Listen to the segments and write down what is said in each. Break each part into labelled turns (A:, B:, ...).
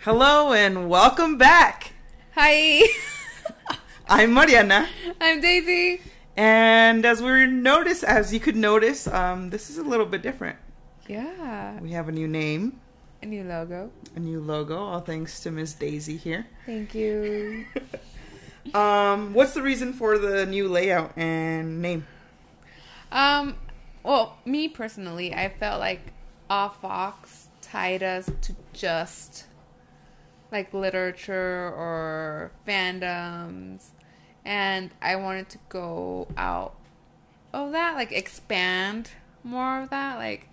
A: Hello and welcome back.
B: Hi,
A: I'm Mariana,
B: I'm Daisy.
A: and as we notice, as you could notice, um, this is a little bit different.
B: Yeah,
A: We have a new name,
B: a new logo.
A: a new logo, all thanks to Miss Daisy here.
B: Thank you.
A: Um, what's the reason for the new layout and name?
B: Um, well, me personally, I felt like Off Fox tied us to just like literature or fandoms, and I wanted to go out of that, like expand more of that. Like,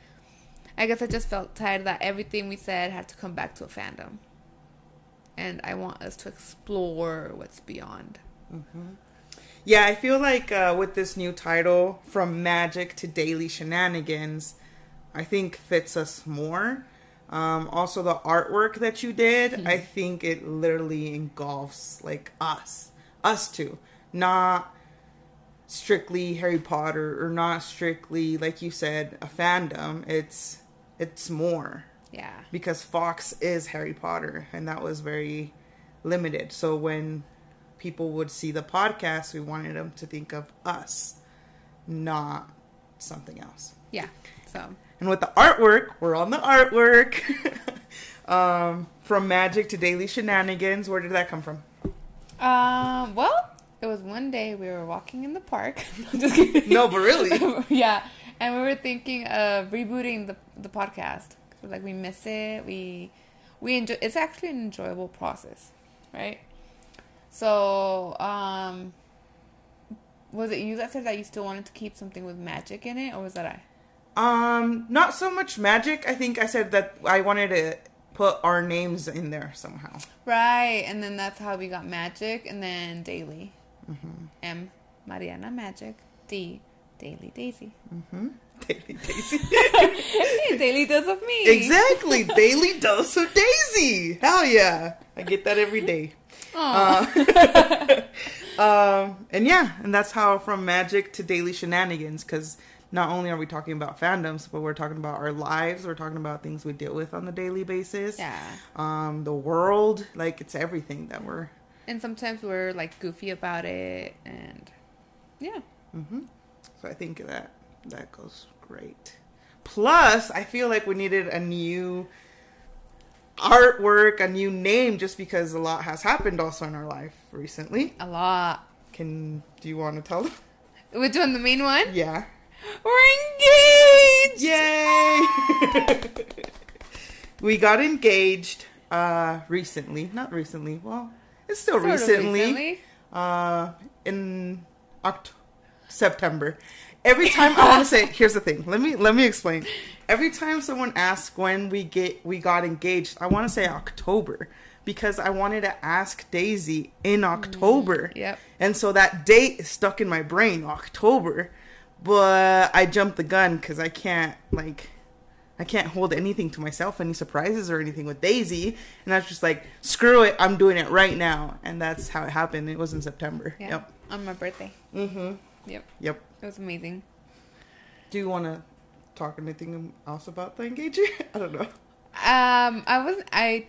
B: I guess I just felt tired that everything we said had to come back to a fandom, and I want us to explore what's beyond.
A: Yeah, I feel like uh, with this new title, From Magic to Daily Shenanigans, I think fits us more. Um, also, the artwork that you did, I think it literally engulfs like us, us two, not strictly Harry Potter or not strictly, like you said, a fandom. It's it's more
B: Yeah.
A: because Fox is Harry Potter, and that was very limited. So when people would see the podcast, we wanted them to think of us, not something else.
B: Yeah. So.
A: And with the artwork, we're on the artwork. um, from magic to daily shenanigans, where did that come from?
B: Um. Well, it was one day we were walking in the park. I'm just kidding.
A: No, but really,
B: yeah, and we were thinking of rebooting the the podcast. 'Cause we're like we miss it. We we enjoy. It's actually an enjoyable process, right? So, um, was it you that said that you still wanted to keep something with magic in it, or was that I?
A: um, not so much magic. I think I said that I wanted to put our names in there somehow.
B: Right, and then that's how we got magic, and then daily. M. Mariana Magic. D. Daily Daisy.
A: Daily Daisy.
B: Hey, daily dose of me.
A: Exactly. Daily dose of Daisy. Hell yeah. I get that every day. Uh,
B: Aw.
A: Um, and yeah, and that's how from magic to daily shenanigans, because not only are we talking about fandoms, but we're talking about our lives. We're talking about things we deal with on the daily basis.
B: yeah.
A: Um, the world. Like, it's everything that we're.
B: And sometimes we're like goofy about it, and yeah.
A: Mm-hmm. So I think that that goes great. Plus, I feel like we needed a new artwork, a new name, just because a lot has happened also in our life recently.
B: A lot.
A: Can do you want to tell them?
B: We're doing the main one.
A: Yeah.
B: We're engaged.
A: Yay! we got engaged uh recently. Not recently. Well, it's still
B: Sort of
A: recently. Uh in Oct- September. Every time I want to say here's the thing. Let me let me explain. Every time someone asks when we get we got engaged, I want to say October because I wanted to ask Daisy in October.
B: yep.
A: And so that date is stuck in my brain, October. But I jumped the gun because I can't like, I can't hold anything to myself, any surprises or anything with Daisy. And I was just like, screw it, I'm doing it right now. And that's how it happened. It was in September.
B: Yeah.
A: Yep.
B: On my birthday. Mm-hmm. Yep.
A: Yep.
B: It was amazing.
A: Do you want to talk anything else about the engagement? I don't know.
B: Um, I wasn't. I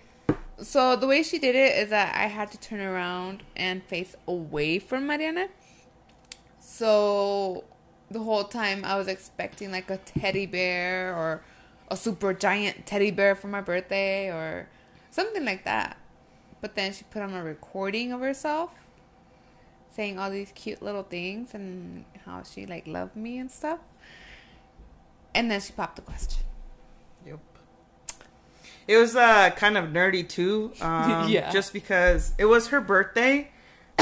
B: so the way she did it is that I had to turn around and face away from Mariana. So the whole time I was expecting like a teddy bear or a super giant teddy bear for my birthday or something like that. But then she put on a recording of herself saying all these cute little things and how she like loved me and stuff. And then she popped the question.
A: Yep. It was uh, kind of nerdy too. Um,
B: Yeah.
A: Just because it was her birthday.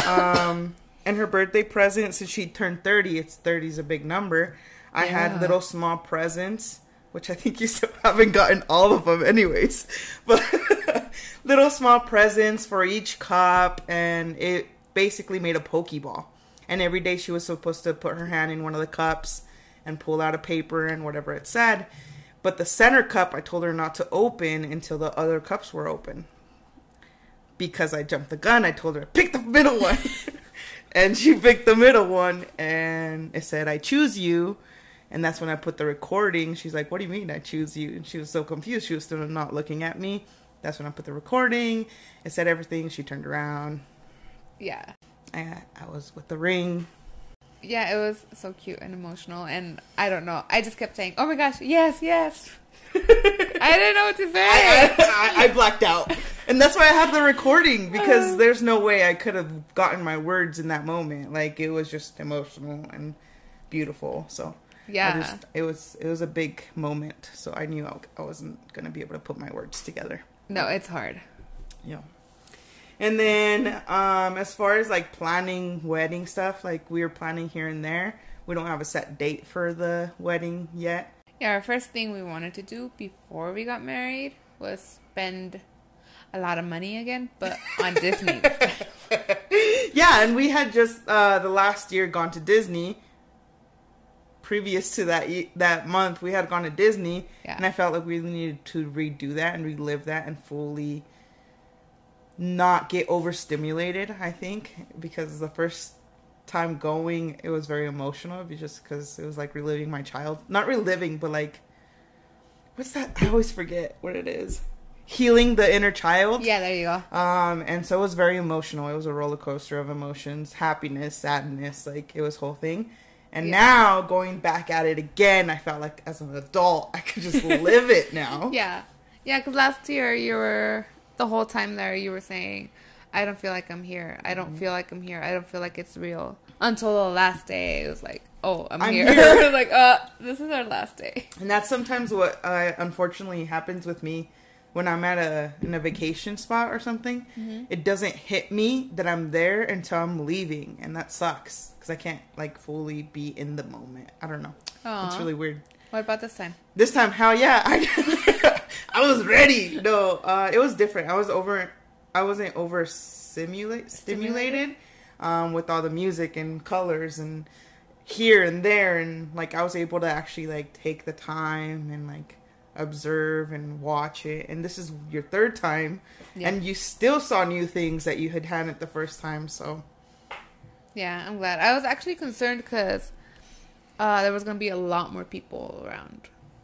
A: Um, and her birthday present, since she turned 30, it's 30 is a big number. I had
B: Yeah.
A: little small presents, which I think you still haven't gotten all of them, anyways. But little small presents for each cup, and it basically made a Pokeball. And every day she was supposed to put her hand in one of the cups and pull out a paper and whatever it said. But the center cup, I told her not to open until the other cups were open. Because I jumped the gun, I told her, pick the middle one. and she picked the middle one, and it said, I choose you. And that's when I put the recording. She's like, What do you mean I choose you? And she was so confused. She was still not looking at me. That's when I put the recording. It said everything. She turned around.
B: Yeah.
A: I, I was with the ring.
B: Yeah, it was so cute and emotional. And I don't know. I just kept saying, oh my gosh, yes, yes. I didn't know what to say.
A: I, I, I blacked out. And that's why I have the recording because there's no way I could have gotten my words in that moment. Like it was just emotional and beautiful. So I
B: Yeah.
A: just, it was it was a big moment. So I knew I, I wasn't gonna be able to put my words together.
B: no, it's hard.
A: Yeah. And then um as far as like planning wedding stuff, like we were planning here and there. We don't have a set date for the wedding yet.
B: Yeah, our first thing we wanted to do before we got married was spend a lot of money again, but on Disney.
A: Yeah, and we had just uh the last year gone to Disney. Previous to that ye- that month, we had gone to Disney,
B: Yeah.
A: and I felt like we needed to redo that and relive that and fully not get overstimulated, I think, because the first time going, it was very emotional be- just because it was like reliving my child. Not reliving, but like, what's that? I always forget what it is. Healing the inner child.
B: yeah, there you go.
A: Um, and so it was very emotional. It was a roller coaster of emotions, happiness, sadness, like it was whole thing. And
B: Yeah.
A: now going back at it again, I felt like as an adult, I could just live it now.
B: Yeah. Yeah, because last year you were, the whole time there, you were saying, I don't feel like I'm here. I
A: Mm-hmm.
B: don't feel like I'm here. I don't feel like it's real. Until the last day, it was like, oh, I'm,
A: I'm
B: here.
A: here.
B: like, uh, this is our last day.
A: And that's sometimes what uh, unfortunately happens with me when I'm at a in a vacation spot or something.
B: Mm-hmm.
A: It doesn't hit me that I'm there until I'm leaving, and that sucks because I can't like fully be in the moment. I don't know. It's
B: Aw.
A: really weird.
B: What about this time?
A: This time, hell yeah, I, I was ready. No, uh, it was different. I was over, I wasn't over simulate stimulated, um, with all the music and colors and here and there, and like I was able to actually like take the time and like observe and watch it. And this is your third time,
B: Yeah.
A: and you still saw new things that you had hadn't the first time. So
B: Yeah, I'm glad. I was actually concerned because uh, there was gonna be a lot more people around,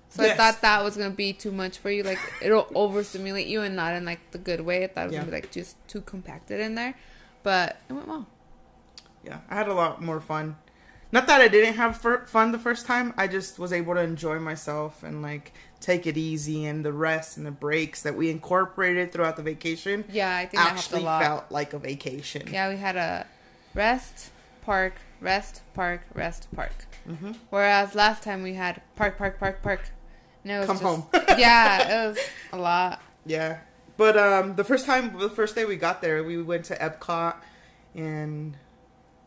B: so I
A: Yes.
B: thought that was gonna be too much for you. Like it'll overstimulate you, and not in like the good way. I thought it was
A: Yeah.
B: gonna be like just too compacted in there, but it went well.
A: yeah, I had a lot more fun. Not that I didn't have fir- fun the first time, I just was able to enjoy myself and like take it easy and the rest and the breaks that we incorporated throughout the vacation
B: Yeah, I think that helped a
A: actually
B: lot.
A: felt like a vacation.
B: Yeah, we had a rest, park, rest, park, rest, park.
A: Mm-hmm.
B: Whereas last time we had park, park, park, park. And it was
A: Come
B: just,
A: home.
B: yeah, it was a lot.
A: Yeah. But um the first time the first day we got there, we went to Epcot and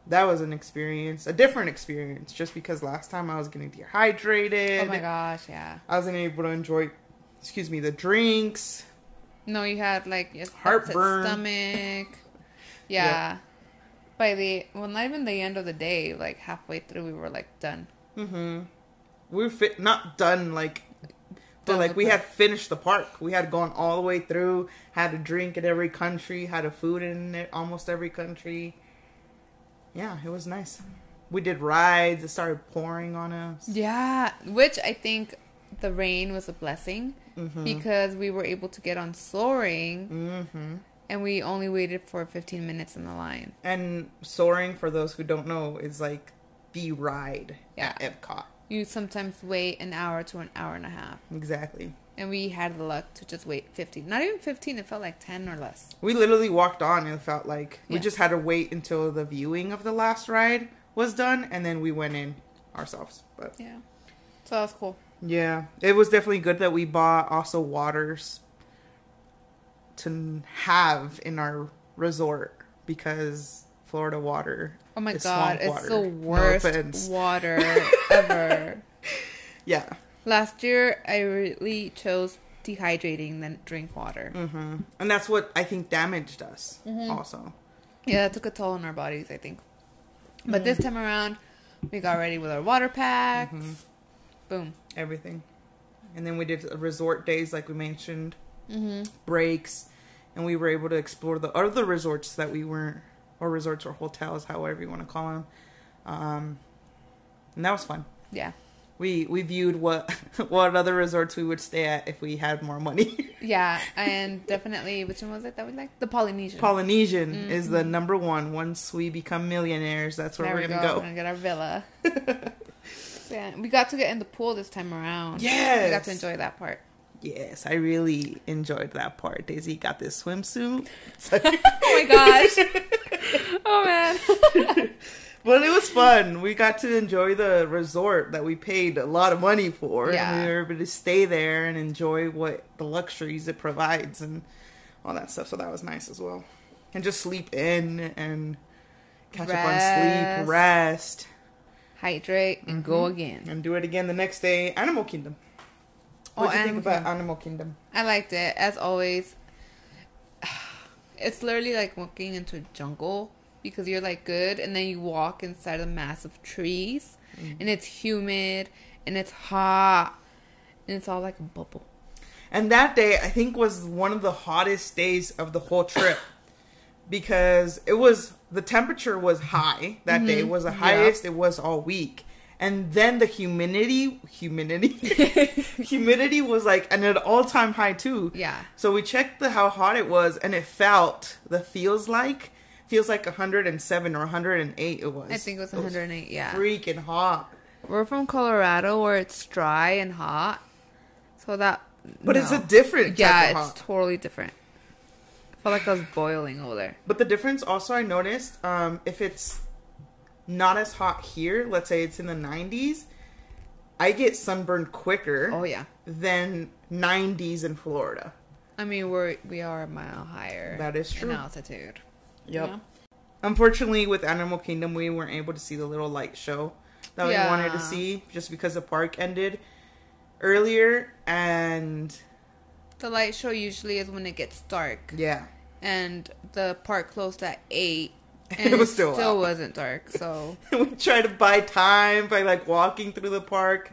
A: that was an experience, a different experience just because last time I was getting dehydrated.
B: Oh my gosh, yeah.
A: I wasn't able to enjoy excuse me, the drinks.
B: No, you had like your upset
A: Heartburn.
B: stomach. Yeah.
A: Yeah.
B: By the well, not even the end of the day, like halfway through, we were like done.
A: Mm-hmm. we're fi- not done like but
B: Done
A: like
B: with
A: we
B: the-
A: had finished the park we had gone all the way through had a drink in every country had a food in it, almost every country yeah it was nice we did rides it started pouring on us
B: Yeah, which I think the rain was a blessing
A: Mm-hmm.
B: because we were able to get on soaring,
A: Mm-hmm.
B: and we only waited for 15 minutes in the line.
A: and soaring for those who don't know is like the ride
B: Yeah.
A: at epcot
B: You sometimes wait an hour to an hour and a half,
A: exactly
B: and we had the luck to just wait 15. Not even 15; it felt like 10 or less.
A: we literally walked on and felt like we
B: Yeah.
A: just had to wait until the viewing of the last ride was done and then we went in ourselves but
B: Yeah, so that was cool.
A: Yeah, it was definitely good that we bought also waters to have in our resort because Florida water.
B: Oh my
A: is swamp
B: god, it's
A: water.
B: the
A: No
B: worst
A: offense.
B: water ever.
A: yeah,
B: Last year, I really chose dehydrating than drink water.
A: Mm-hmm. and that's what I think damaged us
B: Mm-hmm.
A: also.
B: Yeah, that took a toll on our bodies, I think. But this time around, we got ready with our water packs. Boom.
A: Everything, and then we did resort days like we mentioned,
B: Mm-hmm.
A: breaks, and we were able to explore the other resorts that we weren't, or resorts or hotels, however you want to call them. Um, and that was fun.
B: Yeah.
A: we we viewed what what other resorts we would stay at if we had more money.
B: Yeah, and definitely, which one was it that we liked? The Polynesian.
A: Polynesian is the number one. Once we become millionaires, that's where
B: Mm-hmm. there
A: we're gonna
B: we go. We're
A: go.
B: gonna get our villa. yeah, we got to get in the pool this time around. we got
A: Yes.
B: to enjoy that part.
A: Yes, I really enjoyed that part. Daisy got this swimsuit.
B: Oh my gosh. oh man.
A: Well, it was fun. We got to enjoy the resort that we paid a lot of money for,
B: Yeah.
A: and we were able to stay there and enjoy what the luxuries it provides and all that stuff. So that was nice as well. And just sleep in and catch up on
B: Rest.
A: sleep, rest,
B: Hydrate and go
A: Mm-hmm.
B: again.
A: and do it again the next day. Animal Kingdom.
B: Oh,
A: What do you think
B: Animal
A: about
B: Kingdom.
A: Animal Kingdom?
B: I liked it as always. It's literally like walking into a jungle because you're like good, and then you walk inside a mass of trees,
A: Mm-hmm.
B: and it's humid and it's hot, and it's all like a bubble.
A: And that day, I think, was one of the hottest days of the whole trip because it was the temperature was high that day was the
B: Mm-hmm. Yeah.
A: highest it was all week. And then the humidity, humidity, humidity was like and at an all time high too.
B: Yeah.
A: So we checked the how hot it was, and it felt the feels like feels like 107 or 108. It was.
B: I think it was 108. Yeah,
A: freaking hot.
B: we're from Colorado where it's dry and hot, so that.
A: But it's
B: no.
A: a different. type
B: Yeah,
A: of
B: it's
A: hot.
B: totally different. I felt like I was boiling over there.
A: But the difference also I noticed, um, if it's not as hot here, let's say it's in the 90s, I get sunburned quicker
B: Oh yeah.
A: than 90s in Florida.
B: I mean, we're we are a mile higher.
A: That is true.
B: In altitude.
A: Yep.
B: Yeah.
A: Unfortunately, with Animal Kingdom, we weren't able to see the little light show that we wanted to
B: Yeah.
A: see just because the park ended earlier. And
B: The light show usually is when it gets dark,
A: yeah,
B: and the park closed at eight.
A: It
B: And
A: was still out.
B: wasn't dark, so
A: we tried to buy time by like walking through the park.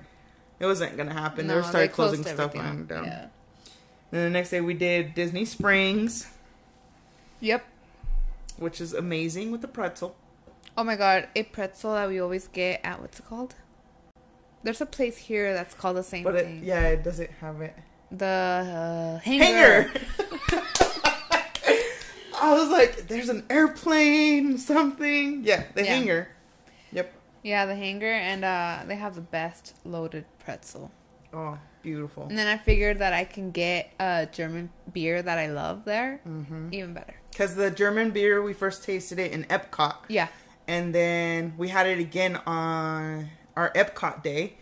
A: It wasn't going to happen. they
B: no,
A: were started
B: closed
A: closing stuff
B: everything
A: on
B: up.
A: down.
B: Yeah.
A: And the next day we did Disney Springs,
B: Yep.
A: which is amazing with the pretzel.
B: Oh my god, a pretzel that we always get at what's it called? There's a place here that's called the same
A: But it,
B: thing.
A: yeah, it doesn't have it.
B: The uh, hanger.
A: Hanger. I was like, there's an airplane, something. Yeah, the
B: Yeah.
A: hanger. Yep.
B: Yeah, the hanger, and uh, they have the best loaded pretzel.
A: Oh, beautiful.
B: And then I figured that I can get a German beer that I love there, even better.
A: Because Mm-hmm. the German beer, we first tasted it in Epcot.
B: Yeah,
A: And then we had it again on our Epcot day.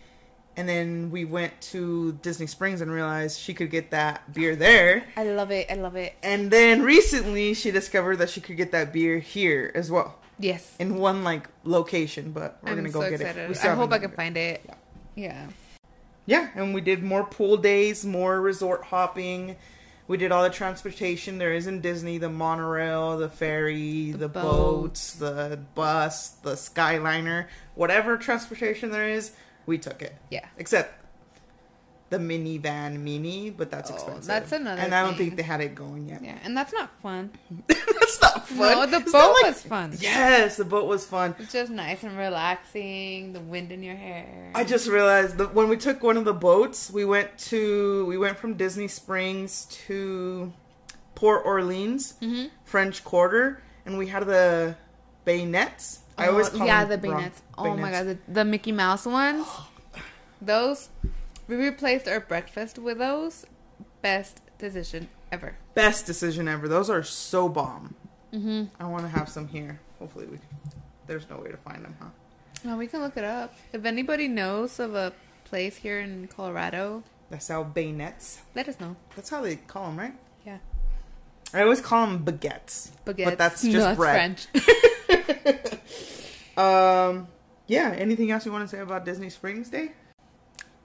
A: And then we went to Disney Springs and realized she could get that beer there.
B: I love it. I love it.
A: And then recently she discovered that she could get that beer here as well.
B: Yes,
A: In one like location, but we're
B: I'm
A: gonna go
B: so
A: get
B: excited.
A: it. We still
B: I hope I
A: haven't-
B: can find it. Yeah.
A: Yeah, and we did more pool days, more resort hopping. We did all the transportation there is in Disney, the monorail, the ferry, the, boats, the bus, the skyliner, whatever transportation there is, we took it.
B: Yeah.
A: Except the minivan mini, but that's
B: Oh,
A: expensive.
B: that's another
A: And I don't
B: thing.
A: think they had it going yet.
B: yeah, and that's not fun.
A: that's not fun.
B: No, the
A: It's
B: boat
A: not like-
B: was fun.
A: Yes, the boat was fun.
B: It's just nice and relaxing. The wind in your hair.
A: I just realized that when we took one of the boats, we went to we went from Disney Springs to Port Orleans,
B: Mm-hmm.
A: French Quarter, and we had the bayonets. I always
B: Oh,
A: call
B: yeah the
A: them wrong.
B: bayonets. Oh my god,
A: bayonets.
B: the, the Mickey Mouse ones. Those we replaced our breakfast with those. Best decision ever.
A: best decision ever. Those are so bomb. I want to have some here. Hopefully, we. Can. There's no way to find them, huh?
B: Well, we can look it up. If anybody knows of a place here in Colorado,
A: That's how bayonets.
B: let us know.
A: That's how they call them, right?
B: Yeah.
A: I always call them baguettes,
B: Baguettes.
A: but that's just
B: No, it's
A: bread.
B: French.
A: Um, yeah. Anything else you want to say about Disney Springs Day?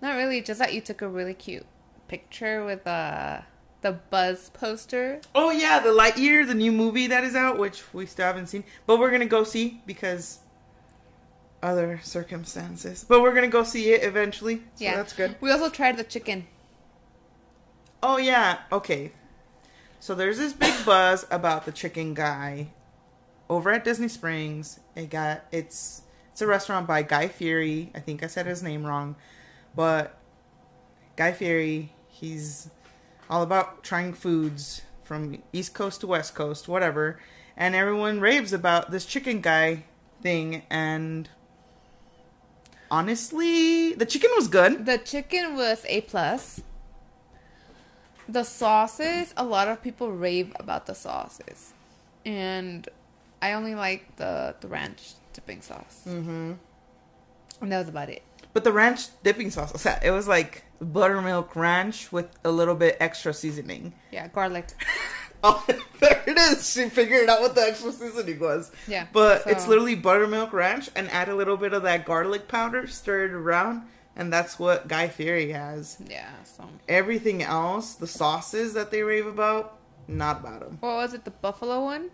B: Not really, just that you took a really cute picture with uh, the Buzz poster.
A: Oh yeah, the Lightyear, the new movie that is out, which we still haven't seen, but we're gonna go see because other circumstances. But we're gonna go see it eventually. So
B: yeah.
A: that's good.
B: We also tried the chicken.
A: Oh yeah. Okay. So there's this big buzz about the chicken guy over at Disney Springs. It got it's it's a restaurant by Guy Fieri. I think I said his name wrong. But Guy Fieri, he's all about trying foods from East Coast to West Coast, whatever. And everyone raves about this chicken guy thing. And honestly, the chicken was good.
B: The chicken was a plus. The sauces, a lot of people rave about the sauces, and I only like the the ranch dipping sauce. Mm-hmm. And that was about it.
A: But the ranch dipping sauce, was that- it was like buttermilk ranch with a little bit extra seasoning.
B: Yeah, garlic.
A: Oh, there it is. She figured out what the extra seasoning was.
B: Yeah,
A: But it's
B: so-
A: literally buttermilk ranch and add a little bit of that garlic powder, stir it around, and that's what Guy Fieri has.
B: Yeah. So
A: Everything else, the sauces that they rave about, not about them.
B: what was it? The buffalo one.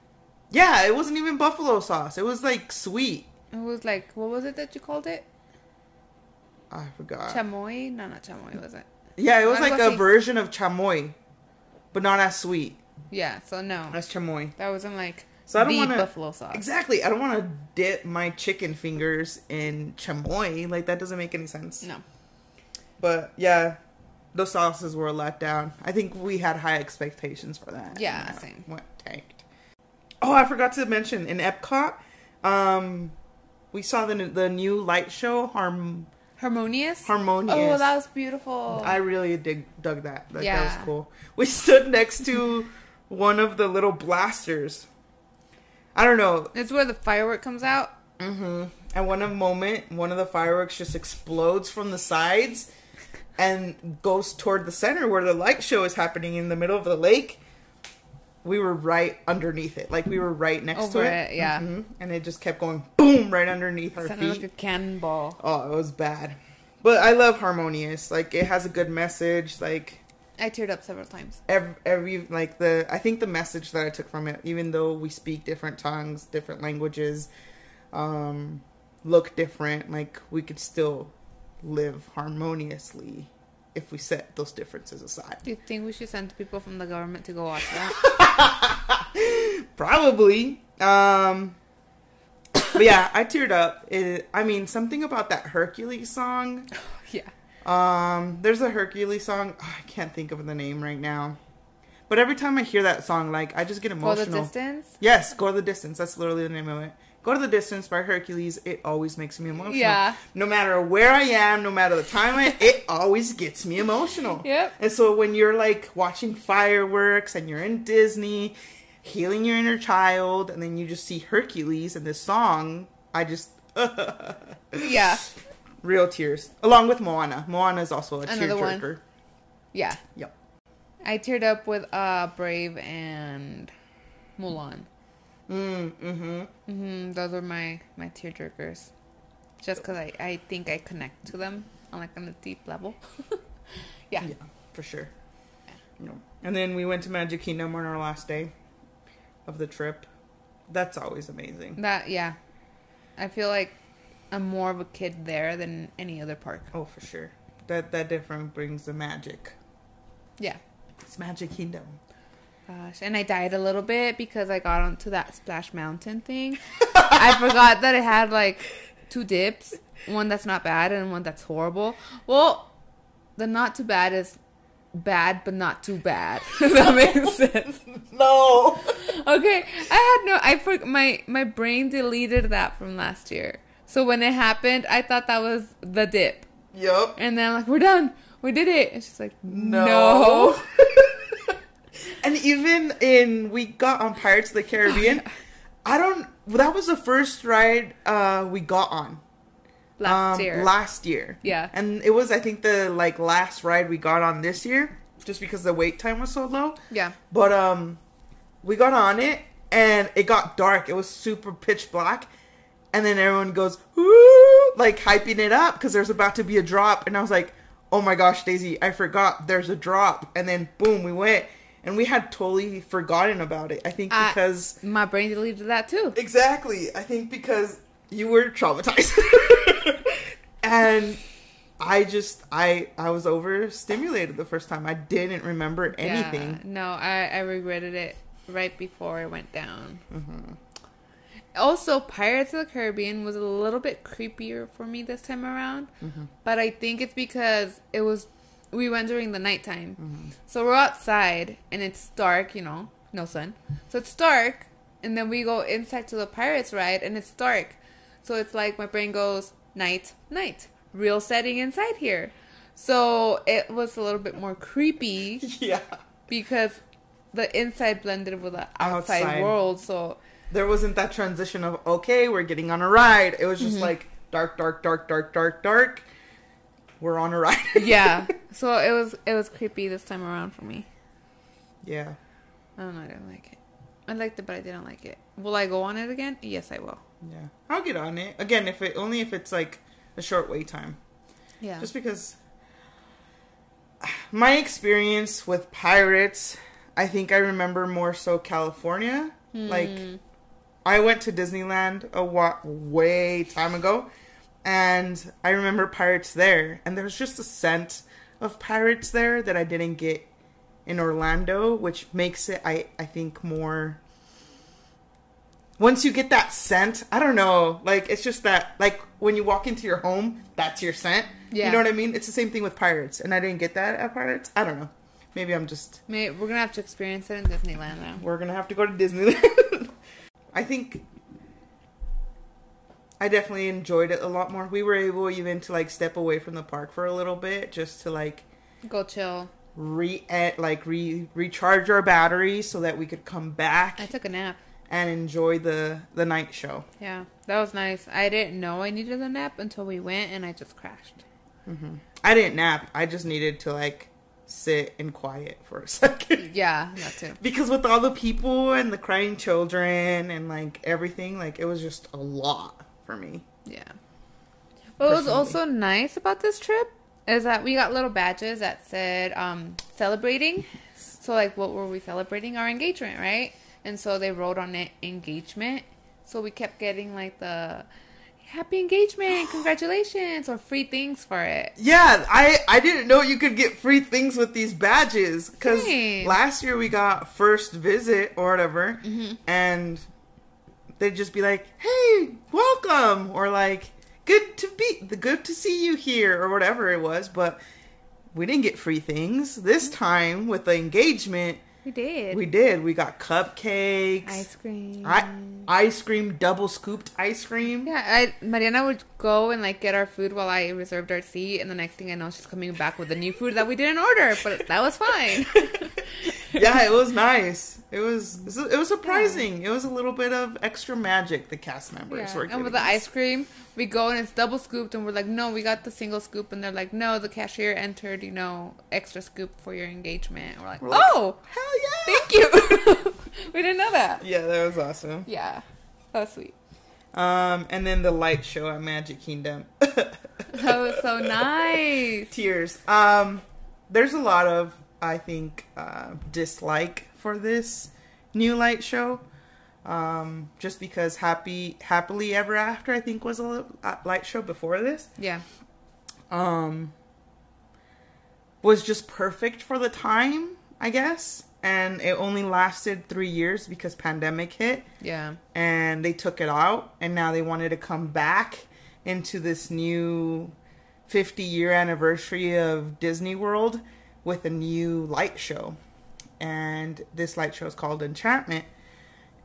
A: Yeah, it wasn't even buffalo sauce. It was like sweet.
B: It was like what was it that you called it?
A: I forgot.
B: Chamoy? No, not chamoy. Was it?
A: yeah, it was
B: What
A: like
B: was
A: a
B: it?
A: version of chamoy, but not as sweet
B: Yeah. So no,
A: as chamoy.
B: that wasn't like
A: So I don't
B: the
A: wanna-
B: buffalo sauce.
A: Exactly. I don't want to dip my chicken fingers in chamoy. Like that doesn't make any sense.
B: No.
A: But yeah, the sauces were let down. I think we had high expectations for that.
B: Yeah,
A: and that
B: same.
A: Went tanked. Oh, I forgot to mention in Epcot, um, we saw the the new light show Harm
B: Harmonious.
A: Harmonious.
B: Oh, that was beautiful.
A: I really dig dug that. Like, That
B: Yeah.
A: was cool. We stood next to one of the little blasters. I don't know.
B: It's where the firework comes out.
A: Mm-hmm. And one of moment, one of the fireworks just explodes from the sides and goes toward the center where the light show is happening in the middle of the lake. We were right underneath it, like we were right next
B: Over
A: to it.
B: it, yeah.
A: Mhm. And it just kept going boom right underneath our
B: Sounded like
A: feet.
B: a cannonball.
A: Oh, it was bad. But I love harmonious. Like it has a good message. Like
B: I teared up several times.
A: every, every like the I think the message that I took from it, even though we speak different tongues, different languages, um, look different, like we could still live harmoniously if we set those differences aside.
B: Do you think we should send people from the government to go watch that?
A: Probably. Um, but yeah, I teared up. It, I mean, something about that Hercules song.
B: yeah.
A: Um, there's a Hercules song. Oh, I can't think of the name right now. But every time I hear that song, like I just get
B: Go
A: emotional.
B: the distance.
A: Yes, Go to the Distance. That's literally the name of it. Go to the Distance by Hercules. It always makes me emotional.
B: Yeah.
A: No matter where I am, no matter the time, I, it always gets me emotional.
B: Yep.
A: And so when you're like watching fireworks and you're in Disney, healing your inner child, and then you just see Hercules and this song, I just.
B: Yeah.
A: Real tears. Along with Moana. Moana is also a
B: Another one.
A: tearjerker.
B: Yeah.
A: Yep.
B: I teared up with uh Brave and Mulan. Mm, mm-hmm. Mm-hmm. Those were my my tearjerkers. Just because I, I think I connect to them on like on a deep level. yeah.
A: Yeah, for sure. No. And then we went to Magic Kingdom on our last day of the trip. That's always amazing.
B: That yeah. I feel like I'm more of a kid there than any other park.
A: Oh, for sure. That that definitely brings the magic.
B: Yeah.
A: It's Magic Kingdom.
B: Gosh, and I died a little bit because I got onto that Splash Mountain thing. I forgot that it had like two dips, one that's not bad and one that's horrible. Well, the not too bad is bad but not too bad. If that makes sense.
A: No.
B: Okay, I had no I for, my my brain deleted that from last year. So when it happened, I thought that was the dip.
A: Yup.
B: And then I'm like, "We're done. We did it." And she's like,
A: No.
B: "No."
A: and even in we got on Pirates of the Caribbean. I don't. That was the first ride uh, we got on.
B: Last
A: um,
B: year.
A: Last year.
B: Yeah.
A: And it was, I think, the like last ride we got on this year, just because the wait time was so low.
B: yeah.
A: But um, we got on it, and it got dark. It was super pitch black, and then everyone goes "Woo!" like hyping it up because there's about to be a drop, and I was like, "Oh my gosh, Daisy, I forgot there's a drop!" And then boom, we went, and we had totally forgotten about it. I think
B: I-
A: because
B: My brain deleted that too.
A: exactly, I think because you were traumatized, and. I just I I was overstimulated the first time. I didn't remember anything.
B: Yeah, no, I, I regretted it right before it went down. also Pirates of the Caribbean was a little bit creepier for me this time around, but I think it's because it was we went during the nighttime, so we're outside and it's dark, you know, no sun, so it's dark, and then we go inside to the pirates ride and it's dark, so it's like my brain goes night, night, real setting inside here, so it was a little bit more creepy
A: Yeah.
B: because the inside blended with the outside,
A: Outside.
B: world. So
A: There wasn't that transition of, okay, we're getting on a ride. It was just like dark, dark, dark, dark, dark, dark. We're on a ride.
B: yeah, so it was it was creepy this time around for me.
A: yeah.
B: I don't know, I didn't like it. I liked it, but I didn't like it. Will I go on it again? Yes, I will.
A: Yeah. I'll get on it. Again, if it only if it's like a short wait time.
B: Yeah,
A: Just because my experience with pirates, I think I remember more so California.
B: Hmm.
A: Like I went to Disneyland a wa- way time ago, and I remember pirates there, and there was just a scent of pirates there that I didn't get in Orlando, which makes it I I think more. Once you get that scent, I don't know, like it's just that like when you walk into your home, that's your scent.
B: Yeah.
A: You know what I mean? It's the same thing with pirates, and I didn't get that at pirates. I don't know. Maybe I'm just
B: May we're gonna have to experience it in Disneyland now.
A: we're gonna have to go to Disneyland. I think I definitely enjoyed it a lot more. We were able even to like step away from the park for a little bit just to like
B: Go chill.
A: re eh, like re recharge our batteries so that we could come back
B: I took a nap.
A: and enjoy the the night show.
B: Yeah, that was nice. I didn't know I needed a nap until we went, and I just crashed.
A: I didn't nap. I just needed to like sit and quiet for a second.
B: Yeah, that too.
A: Because with all the people and the crying children and like everything, like it was just a lot for me.
B: Yeah. What was
A: Personally.
B: also nice about this trip is that we got little badges that said um, celebrating. So, like, what were we celebrating? Our engagement, right? And so they wrote on it engagement. So we kept getting like the happy engagement, congratulations, or free things for it.
A: Yeah, I I didn't know you could get free things with these badges because
B: Same.
A: last year we got first visit or whatever,
B: Mm-hmm.
A: and they'd just be like, "Hey, welcome," or like, "Good to be, good to see you here," or whatever it was. But we didn't get free things this
B: Mm-hmm.
A: time with the engagement.
B: We did.
A: We did. We got cupcakes,
B: Ice cream.
A: I, ice cream, double scooped ice cream.
B: yeah, I Mariana would go and like get our food while I reserved our seat, and the next thing I know, she's coming back with the new food that we didn't order, but that was fine.
A: yeah, it was nice. It was it was surprising. It was a little bit of extra magic the cast members
B: Yeah,
A: were
B: and
A: giving
B: with the
A: us.
B: ice cream, we go and it's double scooped, and we're like, no, we got the single scoop, and they're like, no, the cashier entered, you know, extra scoop for your engagement. And we're like,
A: We're like,
B: oh,
A: Hell yeah!
B: thank you. we didn't know that.
A: Yeah, that was awesome.
B: Yeah, that was sweet.
A: Um, and then the light show at Magic Kingdom.
B: That was so nice.
A: Tears. Um, there's a lot of I think uh, dislike for this new light show. Um, just because happy happily ever after I think was a li- uh, light show before this.
B: Yeah,
A: um was just perfect for the time, I guess. And it only lasted 3 years because pandemic hit
B: yeah,
A: and they took it out and now they wanted to come back into this new 50 year anniversary of Disney World with a new light show. And this light show is called Enchantment.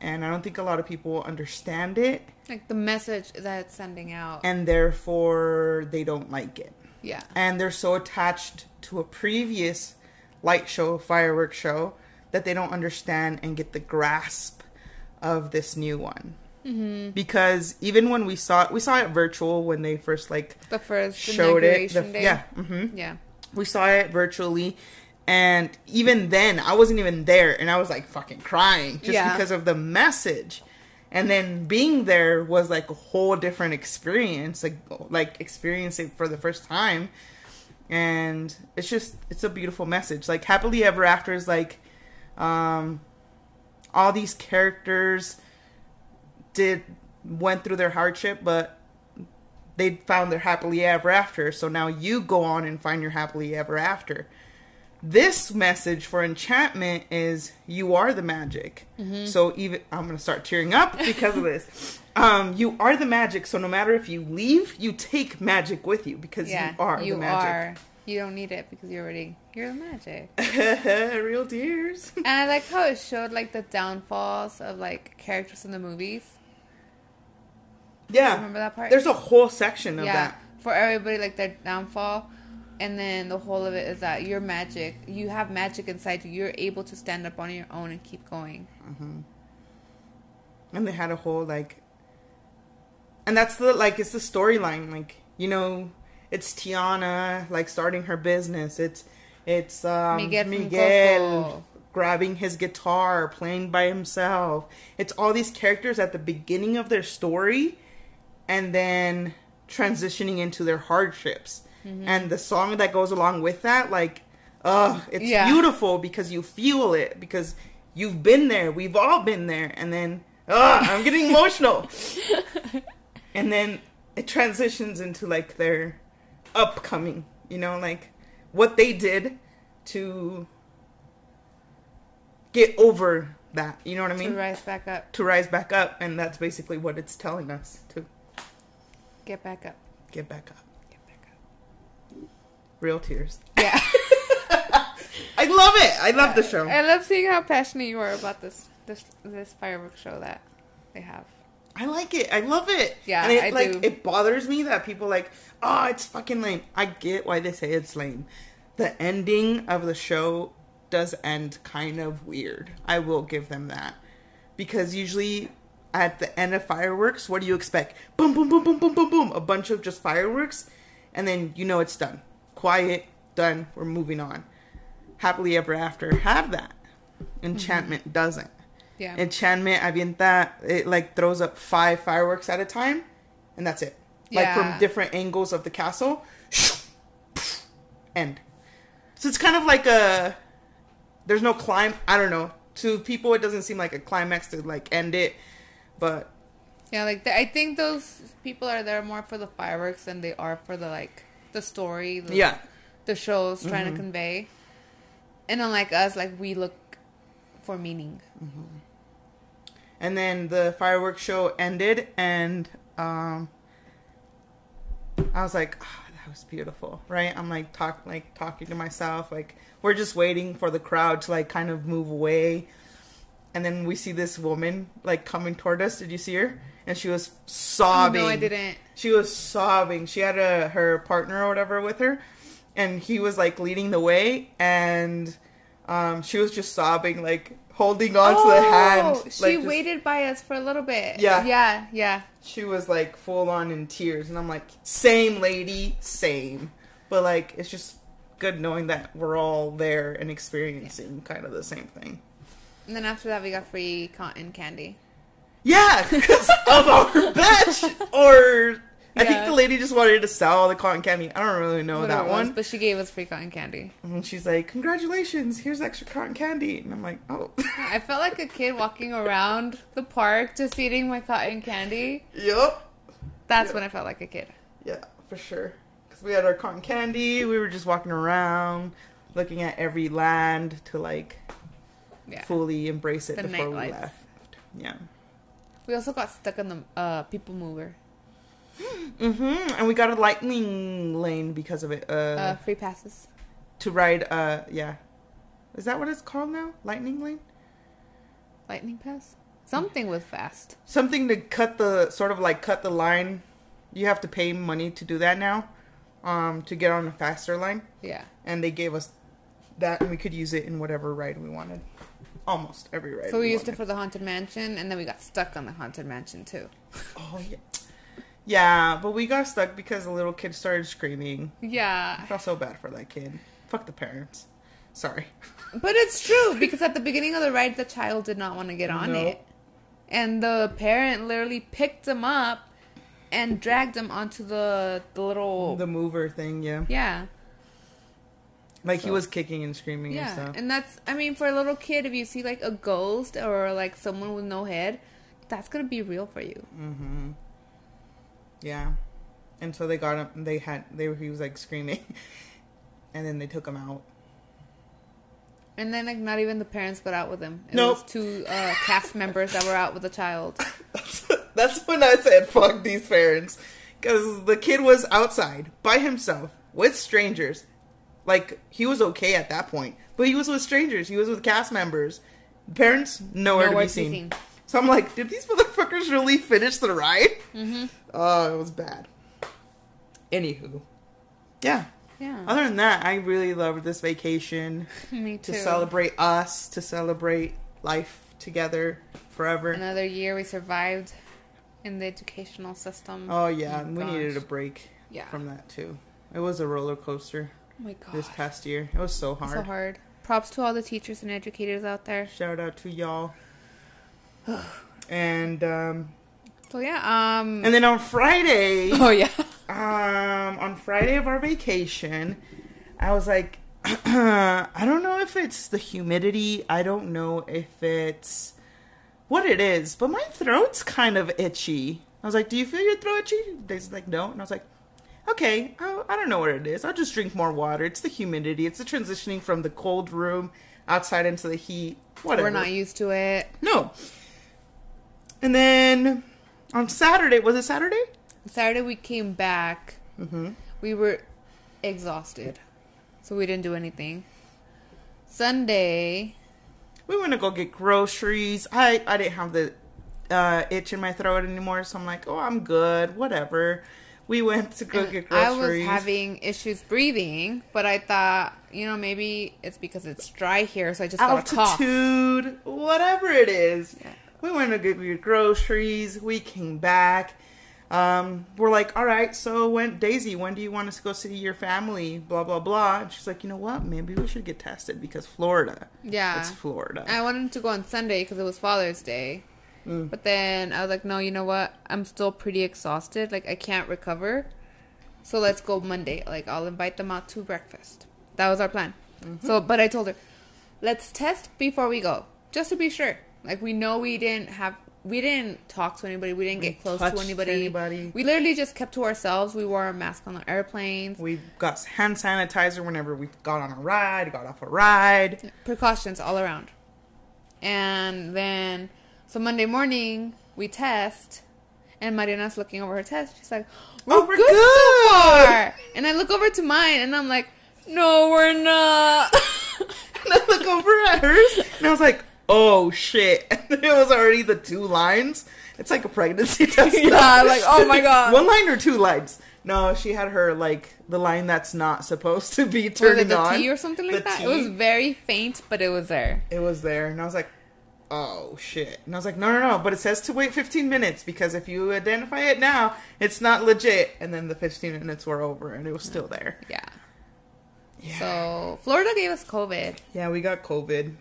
A: And I don't think a lot of people understand it
B: like the message that it's sending out.
A: and therefore they don't like it
B: Yeah,
A: and they're so attached to a previous light show, fireworks show, that they don't understand and get the grasp of this new one. Mm-hmm. Because even when we saw it, we saw it virtual when they first like
B: the first
A: showed it. The-
B: inauguration day.
A: Yeah, hmm
B: yeah,
A: we saw it virtually, and even then, I wasn't even there, and I was like fucking crying just
B: Yeah.
A: because of the message. And then being there was like a whole different experience, like like experience it for the first time and it's just it's a beautiful message like happily ever after is like um all these characters did went through their hardship but they found their happily ever after so now you go on and find your happily ever after This message for enchantment is you are the magic.
B: Mm-hmm.
A: So even I'm gonna start tearing up because of this. Um, you are the magic. So no matter if you leave, you take magic with you because
B: Yeah,
A: you are
B: you
A: the magic.
B: are. You don't need it because you already you're the magic.
A: Real tears.
B: and I like how it showed like the downfalls of like characters in the movies.
A: Yeah.
B: Remember that part?
A: There's a whole section of
B: Mm-hmm. yeah,
A: that.
B: for everybody like their downfall, and then the whole of it is that you're magic. You have magic inside you. You're able to stand up on your own and keep going.
A: and they had a whole like and that's the like it's the storyline like you know it's tiana like starting her business it's it's um
B: Miguel
A: miguel,
B: from Coco.
A: grabbing his guitar playing by himself it's all these characters at the beginning of their story and then transitioning into their hardships
B: Mm-hmm.
A: and the song that goes along with that like ugh it's
B: Yeah.
A: beautiful because you feel it because you've been there we've all been there and then ugh, i'm getting emotional and then it transitions into like their upcoming you know like what they did to get over that you know what i mean
B: to rise back up,
A: to rise back up and that's basically what it's telling us to
B: get back up,
A: get back up
B: get back up.
A: real tears
B: Yeah.
A: i love it i love the show
B: I love seeing how passionate you are about this this this fireworks show that they have.
A: I like it. I love it.
B: Yeah,
A: and it,
B: I
A: like
B: do.
A: it bothers me that people like, oh, it's fucking lame. I get why they say it's lame. The ending of the show does end kind of weird. I will give them that because usually at the end of fireworks, what do you expect? Boom, boom, boom, boom, boom, boom, boom. A bunch of just fireworks, and then you know it's done. Quiet, done. We're moving on. Happily ever after had that. Enchantment
B: Mm-hmm.
A: doesn't.
B: Yeah.
A: Enchantment, avienta, it like throws up five fireworks at a time, and that's it. Like
B: Yeah.
A: from different angles of the castle. End. So it's kind of like a. There's no climb. I don't know. To people, it doesn't seem like a climax to like end it, but
B: yeah, like the, I think those people are there more for the fireworks than they are for the like the story. The,
A: yeah,
B: The show's trying to convey, and unlike us, like we look for meaning.
A: and then the fireworks show ended and um i was like oh, that was beautiful right i'm like talk like talking to myself like we're just waiting for the crowd to like kind of move away and then we see this woman like coming toward us did you see her and she was sobbing
B: No, I didn't.
A: she was sobbing. She had a her partner or whatever with her, and he was like leading the way, and um, she was just sobbing, like holding on to the hand.
B: Oh, she
A: like, just-
B: waited by us for a little bit.
A: Yeah.
B: yeah, yeah.
A: She was like full on in tears, and I'm like, same lady, same. But like, it's just good knowing that we're all there and experiencing kind of the same thing.
B: And then after that, we got free cotton candy.
A: Yeah, because of our batch, or I
B: Yeah.
A: think the lady just wanted to sell all the cotton candy. I don't really know
B: Whatever
A: that
B: it was,
A: one.
B: but she gave us free cotton candy.
A: And she's like, "Congratulations! Here's extra cotton candy." And I'm like, "Oh,
B: I felt like a kid walking around the park just eating my cotton candy.
A: yep,
B: That's when I felt like a kid.
A: yeah, for sure." Because we had our cotton candy, we were just walking around, looking at every land to like
B: Yeah.
A: fully embrace it
B: The
A: before we
B: nightlife.
A: left. Yeah.
B: We also got stuck in the uh, people mover,
A: Mm-hmm. And we got a lightning lane because of it. Uh,
B: uh, free passes.
A: to ride. Uh, yeah. Is that what it's called now? Lightning lane.
B: Lightning pass? Something with fast.
A: something to cut the sort of like cut the line. You have to pay money to do that now, um, to get on a faster line.
B: Yeah.
A: And they gave us that, and we could use it in whatever ride we wanted. Almost every ride.
B: So we used it
A: wanted.
B: for the Haunted Mansion, and then we got stuck on the Haunted Mansion too.
A: Oh yeah. Yeah, but we got stuck because the little kid started screaming. I
B: Yeah.
A: felt so bad for that kid. Fuck the parents. Sorry.
B: But it's true, because at the beginning of the ride, the child did not want to get on
A: No.
B: it. And the parent literally picked him up and dragged him onto the, the little.
A: The mover thing, yeah.
B: yeah.
A: Like he was kicking and screaming and
B: Yeah,
A: stuff.
B: and that's I mean for a little kid, if you see like a ghost or like someone with no head, that's gonna be real for you.
A: Mm-hmm. Yeah. And so they got him. They had. They were. He was like screaming, and then they took him out.
B: And then like not even the parents got out with him. It
A: Nope.
B: was two uh, cast members that were out with the child.
A: That's when I said, fuck these parents. Because the kid was outside by himself with strangers. Like, he was okay at that point, but he was with strangers. He was with cast members. Parents, nowhere, to
B: Nowhere
A: be seen. So I'm like, did these motherfuckers really finish the ride? Oh, it was bad. Anywho. Yeah.
B: Yeah,
A: Other than that, I really loved this vacation
B: me
A: to
B: too.
A: celebrate us, to celebrate life together forever.
B: Another year we survived in the educational system.
A: Oh yeah, we
B: gosh.
A: needed a break
B: Yeah.
A: from that too. It was a roller coaster
B: Oh my god,
A: this past year. It was so hard.
B: so hard. Props to all the teachers and educators out there.
A: Shout out to y'all. and um,
B: So yeah, um,
A: and then on Friday, um,
B: oh yeah,
A: on Friday of our vacation, I was like, I don't know if it's the humidity. I don't know if it's what it is, but my throat's kind of itchy. I was like, Do you feel your throat itchy? They was like, No. And I was like, Okay, I, I don't know what it is. I'll just drink more water. It's the humidity, it's the transitioning from the cold room outside into the heat. Whatever.
B: we're not used to it.
A: No. And then on Saturday, was it Saturday?
B: Saturday we came back.
A: Mm-hmm.
B: We were exhausted, so we didn't do anything. Sunday,
A: we went to go get groceries. I I didn't have the uh, itch in my throat anymore, so I'm like, oh, I'm good, whatever. We went to go get
B: I was
A: groceries.
B: having issues breathing, but I thought, you know, maybe it's because it's dry here, so I just got a cough.
A: altitude, whatever it is.
B: Yeah.
A: We went to go get groceries. We came back. Um, we're like, all right, so when Daisy, when do you want us to go see your family? Blah blah blah. And she's like, you know what? Maybe we should get tested because Florida.
B: Yeah.
A: It's Florida.
B: I wanted to go on Sunday because it was Father's Day.
A: Mm.
B: But then I was like, no, you know what? I'm still pretty exhausted. Like, I can't recover. So let's go Monday. Like, I'll invite them out to breakfast. That was our plan.
A: Mm-hmm.
B: So, but I told her, let's test before we go, just to be sure. Like, we know we didn't have, we didn't talk to anybody. We didn't get close to
A: touched
B: anybody.
A: anybody.
B: We literally just kept to ourselves. We wore our mask on the airplanes.
A: We got hand sanitizer whenever we got on a ride, got off a ride.
B: precautions all around. And then, so Monday morning, we test, and Mariana's looking over her test. She's like, We're,
A: Oh, we're
B: good,
A: good."
B: so far. And I look over to mine, and I'm like, No, we're not.
A: And I look over at hers, and I was like, "Oh shit!" And it was already the two lines. It's like a pregnancy test.
B: Yeah,
A: now.
B: like, oh my God.
A: one line or two lines? No, she had her like the line that's not supposed to be
B: was
A: turning
B: it the
A: on.
B: tea or something like
A: The
B: that?
A: tea.
B: It was very faint, but it was there.
A: It was there, and I was like, "Oh shit!" And I was like, "No, no, no!" But it says to wait 15 minutes because if you identify it now, it's not legit. And then the 15 minutes were over, and it was still there.
B: Yeah.
A: Yeah.
B: So Florida gave us COVID.
A: Yeah, we got COVID.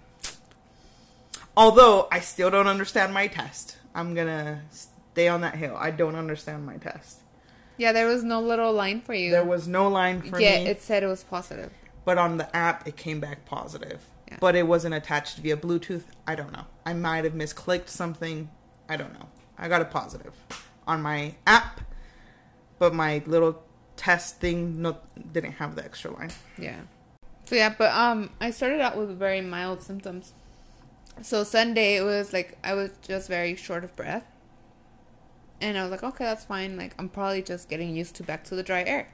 A: Although I still don't understand my test. I'm gonna stay on that hill. I don't understand my test.
B: Yeah, there was no little line for you.
A: There was no line for
B: yeah,
A: me,
B: it said it was positive.
A: but on the app it came back positive.
B: Yeah.
A: But it wasn't attached via Bluetooth. I don't know. I might have misclicked something. I don't know. I got a positive on my app, but my little test thing no, didn't have the extra line.
B: Yeah. So yeah, but um, I started out with very mild symptoms. So Sunday it was like I was just very short of breath, and I was like, okay, that's fine. Like I'm probably just getting used to back to the dry air.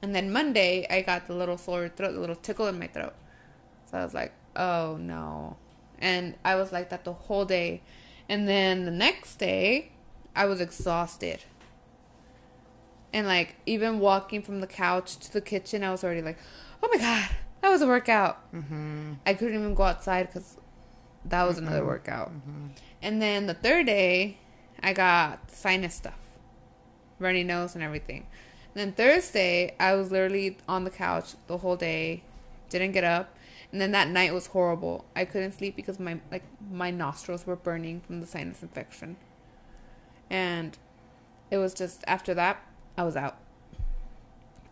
B: And then Monday I got the little sore throat, the little tickle in my throat. So I was like, oh no. And I was like that the whole day. And then the next day, I was exhausted. And like even walking from the couch to the kitchen, I was already like, "Oh my god, that was a workout."
A: Mm-hmm.
B: I couldn't even go outside because that was another workout. And then the third day, I got sinus stuff, runny nose and everything. And then Thursday, I was literally on the couch the whole day, didn't get up. And then that night was horrible. I couldn't sleep because my like my nostrils were burning from the sinus infection. And it was just after that I was out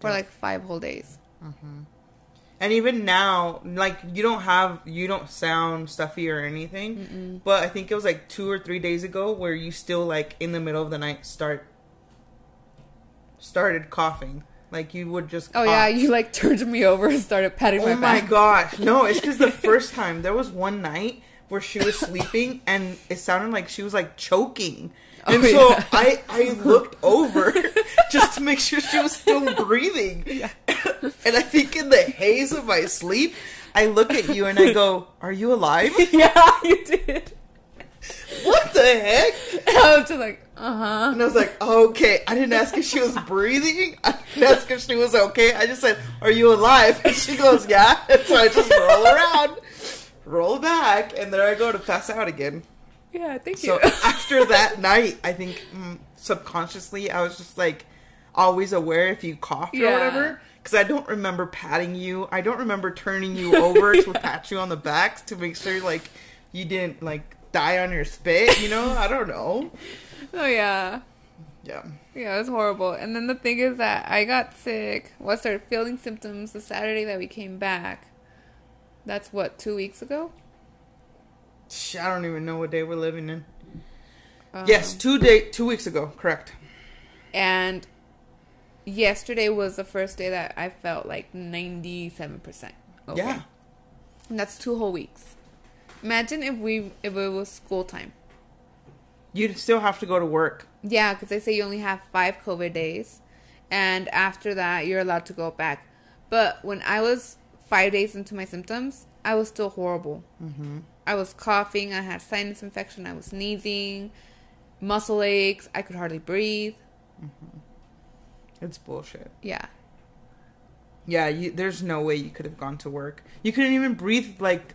B: for
A: Yeah.
B: like five whole days.
A: And even now, like you don't have, you don't sound stuffy or anything. But I think it was like two or three days ago where you still like in the middle of the night start started coughing. Like you would just.
B: Oh yeah,
A: cough.
B: you like turned me over and started patting my
A: Oh my
B: back.
A: gosh! No, it's because the first time there was one night where she was sleeping and it sounded like she was like choking,
B: Oh,
A: and so
B: yeah.
A: I I looked over just to make sure she was still breathing, and I think in the haze of my sleep. I look at you and I go, "Are you alive?
B: yeah, you did.
A: What the heck?"
B: I was just like, uh
A: And I was like, "Okay." I didn't ask if she was breathing. I didn't ask if she was okay. I just said, "Are you alive?" And she goes, "Yeah." And so I just roll around, roll back, and there I go to pass out again.
B: huh. Yeah, thank
A: So
B: you.
A: after that night, I think mm, subconsciously I was just like always aware if you coughed or
B: Yeah.
A: whatever. Because I don't remember patting you. I don't remember turning you over to pat you on the back to make sure like you didn't like die on your spit. You know, I don't know.
B: oh yeah.
A: Yeah.
B: Yeah, it was horrible. And then the thing is that I got sick. Well, I started feeling symptoms the Saturday that we came back. That's what two weeks ago.
A: Sh- I don't even know what day we're living in.
B: Um,
A: yes, two day, two weeks ago, correct.
B: And yesterday was the first day that I felt like ninety-seven percent.
A: Yeah,
B: And that's two whole weeks. Imagine if we if it was school time.
A: you still have to go to work.
B: Yeah, because they say you only have five COVID days, and after that you're allowed to go back. But when I was five days into my symptoms, I was still horrible. Mm-hmm. I was coughing. I had sinus infection. I was sneezing, muscle aches. I could hardly breathe.
A: It's bullshit.
B: Yeah,
A: Yeah, you, there's no way you could have gone to work. You couldn't even breathe. Like,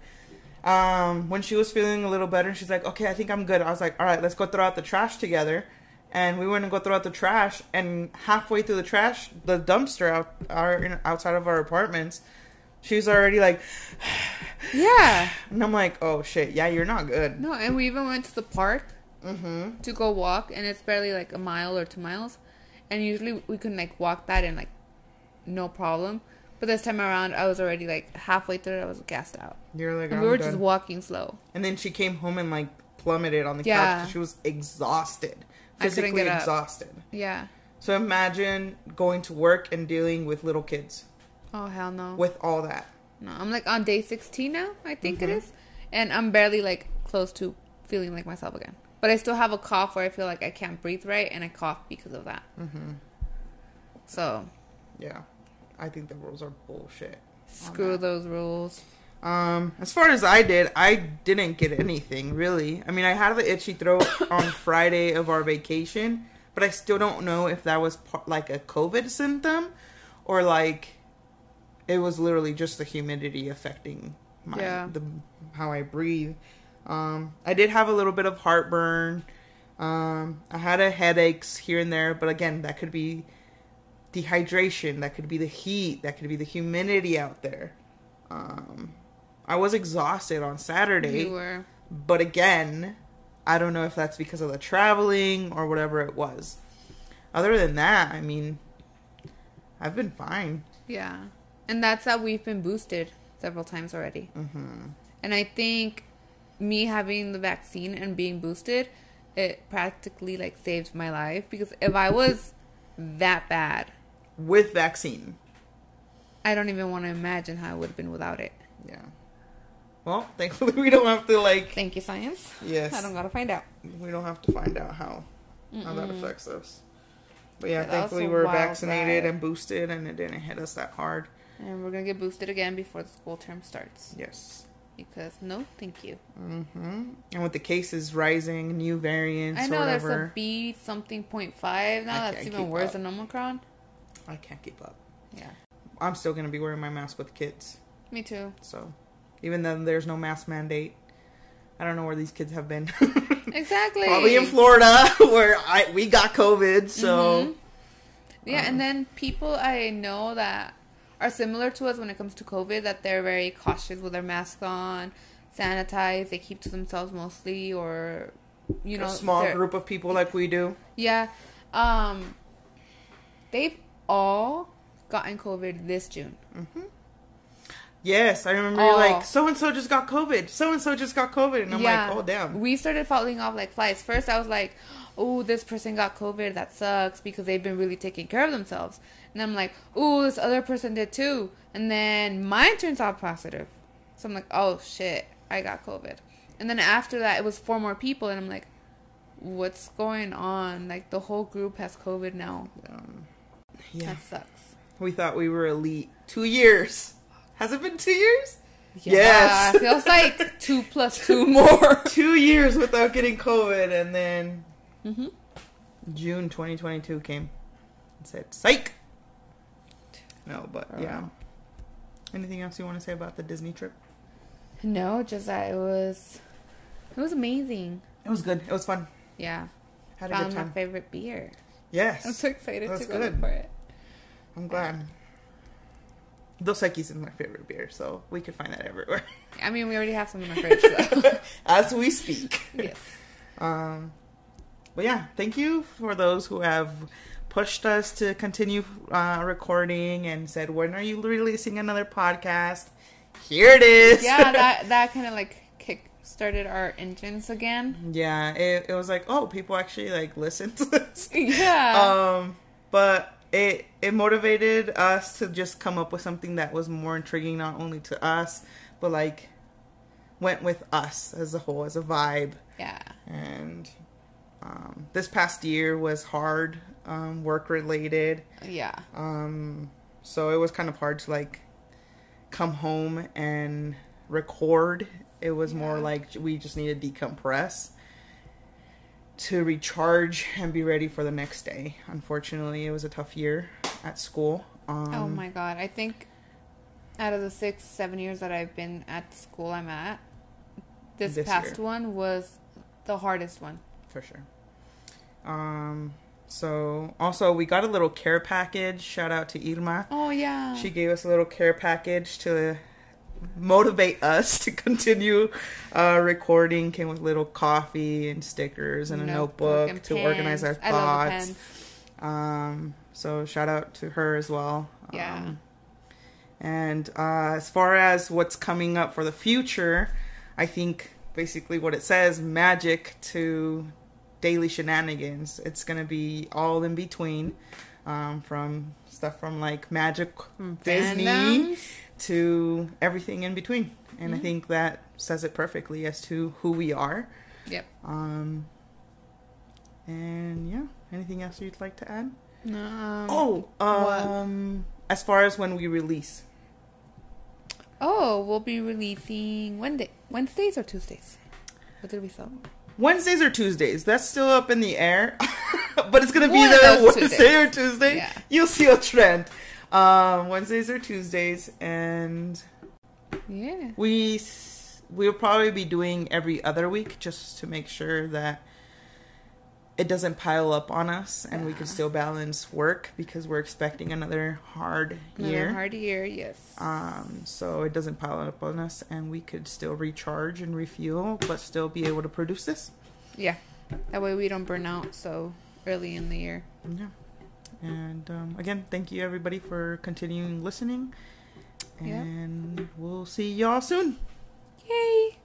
A: um, when she was feeling a little better, she's like, "Okay, I think I'm good." I was like, "All right, let's go throw out the trash together." And we went and go throw out the trash. And halfway through the trash, the dumpster out our in, outside of our apartments, she was already like,
B: yeah.
A: and I'm like, "Oh shit, yeah, you're not good."
B: No, and we even went to the park
A: Mm-hmm.
B: to go walk, and it's barely like a mile or two miles, and usually we can like walk that in like no problem. But this time around, I was already like halfway through. it, I was gassed out.
A: You're like,
B: And
A: I'm
B: we were
A: done.
B: just walking slow.
A: And then she came home and like plummeted on the
B: Yeah.
A: couch. She was exhausted,
B: I couldn't
A: physically
B: get up.
A: exhausted.
B: Yeah.
A: So imagine going to work and dealing with little kids
B: Oh hell no.
A: with all that.
B: no, I'm like on day 16 now. I think
A: Mm-hmm.
B: it is, and I'm barely like close to feeling like myself again. But I still have a cough where I feel like I can't breathe right, and I cough because of that.
A: Mm-hmm.
B: So
A: Yeah, I think the rules are bullshit.
B: screw those rules.
A: Um, as far as I did, I didn't get anything really. I mean, I had the itchy throat on Friday of our vacation, but I still don't know if that was par- like a COVID symptom or like it was literally just the humidity affecting my
B: Yeah.
A: the, how I breathe. Um, I did have a little bit of heartburn. Um, I had a headaches here and there, but again, that could be dehydration, that could be the heat, that could be the humidity out there. Um, I was exhausted on Saturday,
B: You were.
A: but again, I don't know if that's because of the traveling or whatever it was. Other than that, I mean, I've been fine.
B: Yeah. And that's how we've been boosted several times already. Mm-hmm. And I think me having the vaccine and being boosted, it practically like saved my life because if I was that bad,
A: with vaccine.
B: I don't even want to imagine how I would have been without it.
A: Yeah. Well, thankfully we don't have to like
B: Thank you, science.
A: yes,
B: I don't gotta find out.
A: we don't have to find out how how that affects us. But yeah,
B: Yeah, that was
A: thankfully
B: a
A: we're
B: wild
A: vaccinated
B: ride.
A: and boosted, and it didn't hit us that hard.
B: And we're gonna get boosted again before the school term starts
A: Yes.
B: because no, thank you.
A: Mm-hmm. And with the cases rising, new variants,
B: I know
A: or
B: there's a
A: whatever,
B: B something point five now.
A: I
B: That's
A: can't
B: even
A: keep
B: worse
A: up.
B: than Omicron.
A: I can't keep up.
B: Yeah,
A: I'm still gonna be wearing my mask with the kids.
B: me too.
A: So, even though there's no mask mandate, I don't know where these kids have been.
B: Exactly.
A: Probably in Florida, where I we got COVID. So.
B: Mhm. Yeah, and
A: Uh-huh.
B: then people I know that are similar to us when it comes to COVID that they're very cautious with their mask on, sanitized, they keep to themselves mostly, or you know,
A: a small
B: they're-
A: group of people like we do.
B: Yeah, um, they've all gotten COVID this June.
A: Yes, I remember
B: Oh.
A: you're like so and so just got COVID. So and so just got COVID, and I'm
B: yeah,
A: like, oh damn.
B: We started falling off like flies. First, I was like, oh, this person got COVID, that sucks because they've been really taking care of themselves. And I'm like, oh, this other person did too. And then mine turns out positive. So I'm like, oh shit, I got COVID. And then after that, it was four more people. And I'm like, what's going on? Like, the whole group has COVID now.
A: Um, yeah.
B: That sucks.
A: We thought we were elite. Two years. Has it been two years?
B: Yeah,
A: Yes.
B: feels like two plus two more.
A: Two years without getting COVID, and then
B: Mm-hmm.
A: June 2022 came and said, psych! No, but yeah.
B: Alright.
A: Anything else you want to say about the Disney trip?
B: No, just that it was, it was amazing.
A: It was good. It was fun.
B: Yeah,
A: Had a
B: found
A: good
B: my
A: time.
B: favorite beer.
A: Yes.
B: I'm so excited
A: That's
B: to go look
A: good.
B: for it.
A: I'm glad. Dos Equis is my favorite beer, so we could find that everywhere
B: I mean, we already have some in the fridge, so
A: as we speak.
B: yes.
A: Um, but yeah, thank you for those who have pushed us to continue uh, recording and said, "When are you releasing another podcast?" Here it is.
B: Yeah, that that kind of like kick started our engines again.
A: yeah. It, it was like, oh, people actually like listen to this.
B: Yeah,
A: um, but it it motivated us to just come up with something that was more intriguing, not only to us, but like went with us as a whole, as a vibe.
B: yeah,
A: and um, this past year was hard um, work related
B: yeah,
A: um, so it was kind of hard to like come home and record it was more
B: Yeah.
A: like we just need to decompress to recharge and be ready for the next day unfortunately it was a tough year at school um,
B: oh my god, I think out of the six seven years that I've been at the school I'm at, this,
A: This
B: past
A: year.
B: one was the hardest one.
A: for sure. Um, so also we got a little care package. Shout out to Irma.
B: Oh yeah,
A: She gave us a little care package to motivate us to continue uh, recording. Came with little coffee and stickers and a notebook,
B: and
A: to organize our
B: pens. I love the
A: thoughts.
B: pens.
A: Um, so shout out to her as well.
B: Yeah.
A: Um, and uh, as far as what's coming up for the future, I think basically what it says magic to daily shenanigans. It's going to be all in between um, from stuff from like magic Disney
B: Fandoms.
A: to everything in between. And
B: Mm-hmm.
A: I think that says it perfectly as to who we are.
B: Yep.
A: Um, and yeah, anything else you'd like to add?
B: Um,
A: Oh,
B: what?
A: um, as far as when we release,
B: Oh, we'll be releasing Wednesday, Wednesdays or Tuesdays. What did we sell?
A: Wednesdays or Tuesdays, that's still up in the air, but it's gonna be
B: One of
A: either
B: those
A: Wednesday
B: two
A: or Tuesday.
B: Yeah.
A: You'll see a trend. Um, Wednesdays or Tuesdays, and
B: Yeah.
A: we s- we'll probably be doing every other week just to make sure that it doesn't pile up on us and we can still balance work because we're expecting another hard year.
B: Another hard year. Yes.
A: um, so it doesn't pile up on us and we could still recharge and refuel but still be able to produce this
B: yeah. That way we don't burn out so early in the year.
A: yeah and um, again thank you everybody for continuing listening
B: Yeah.
A: and we'll see y'all soon
B: Yay.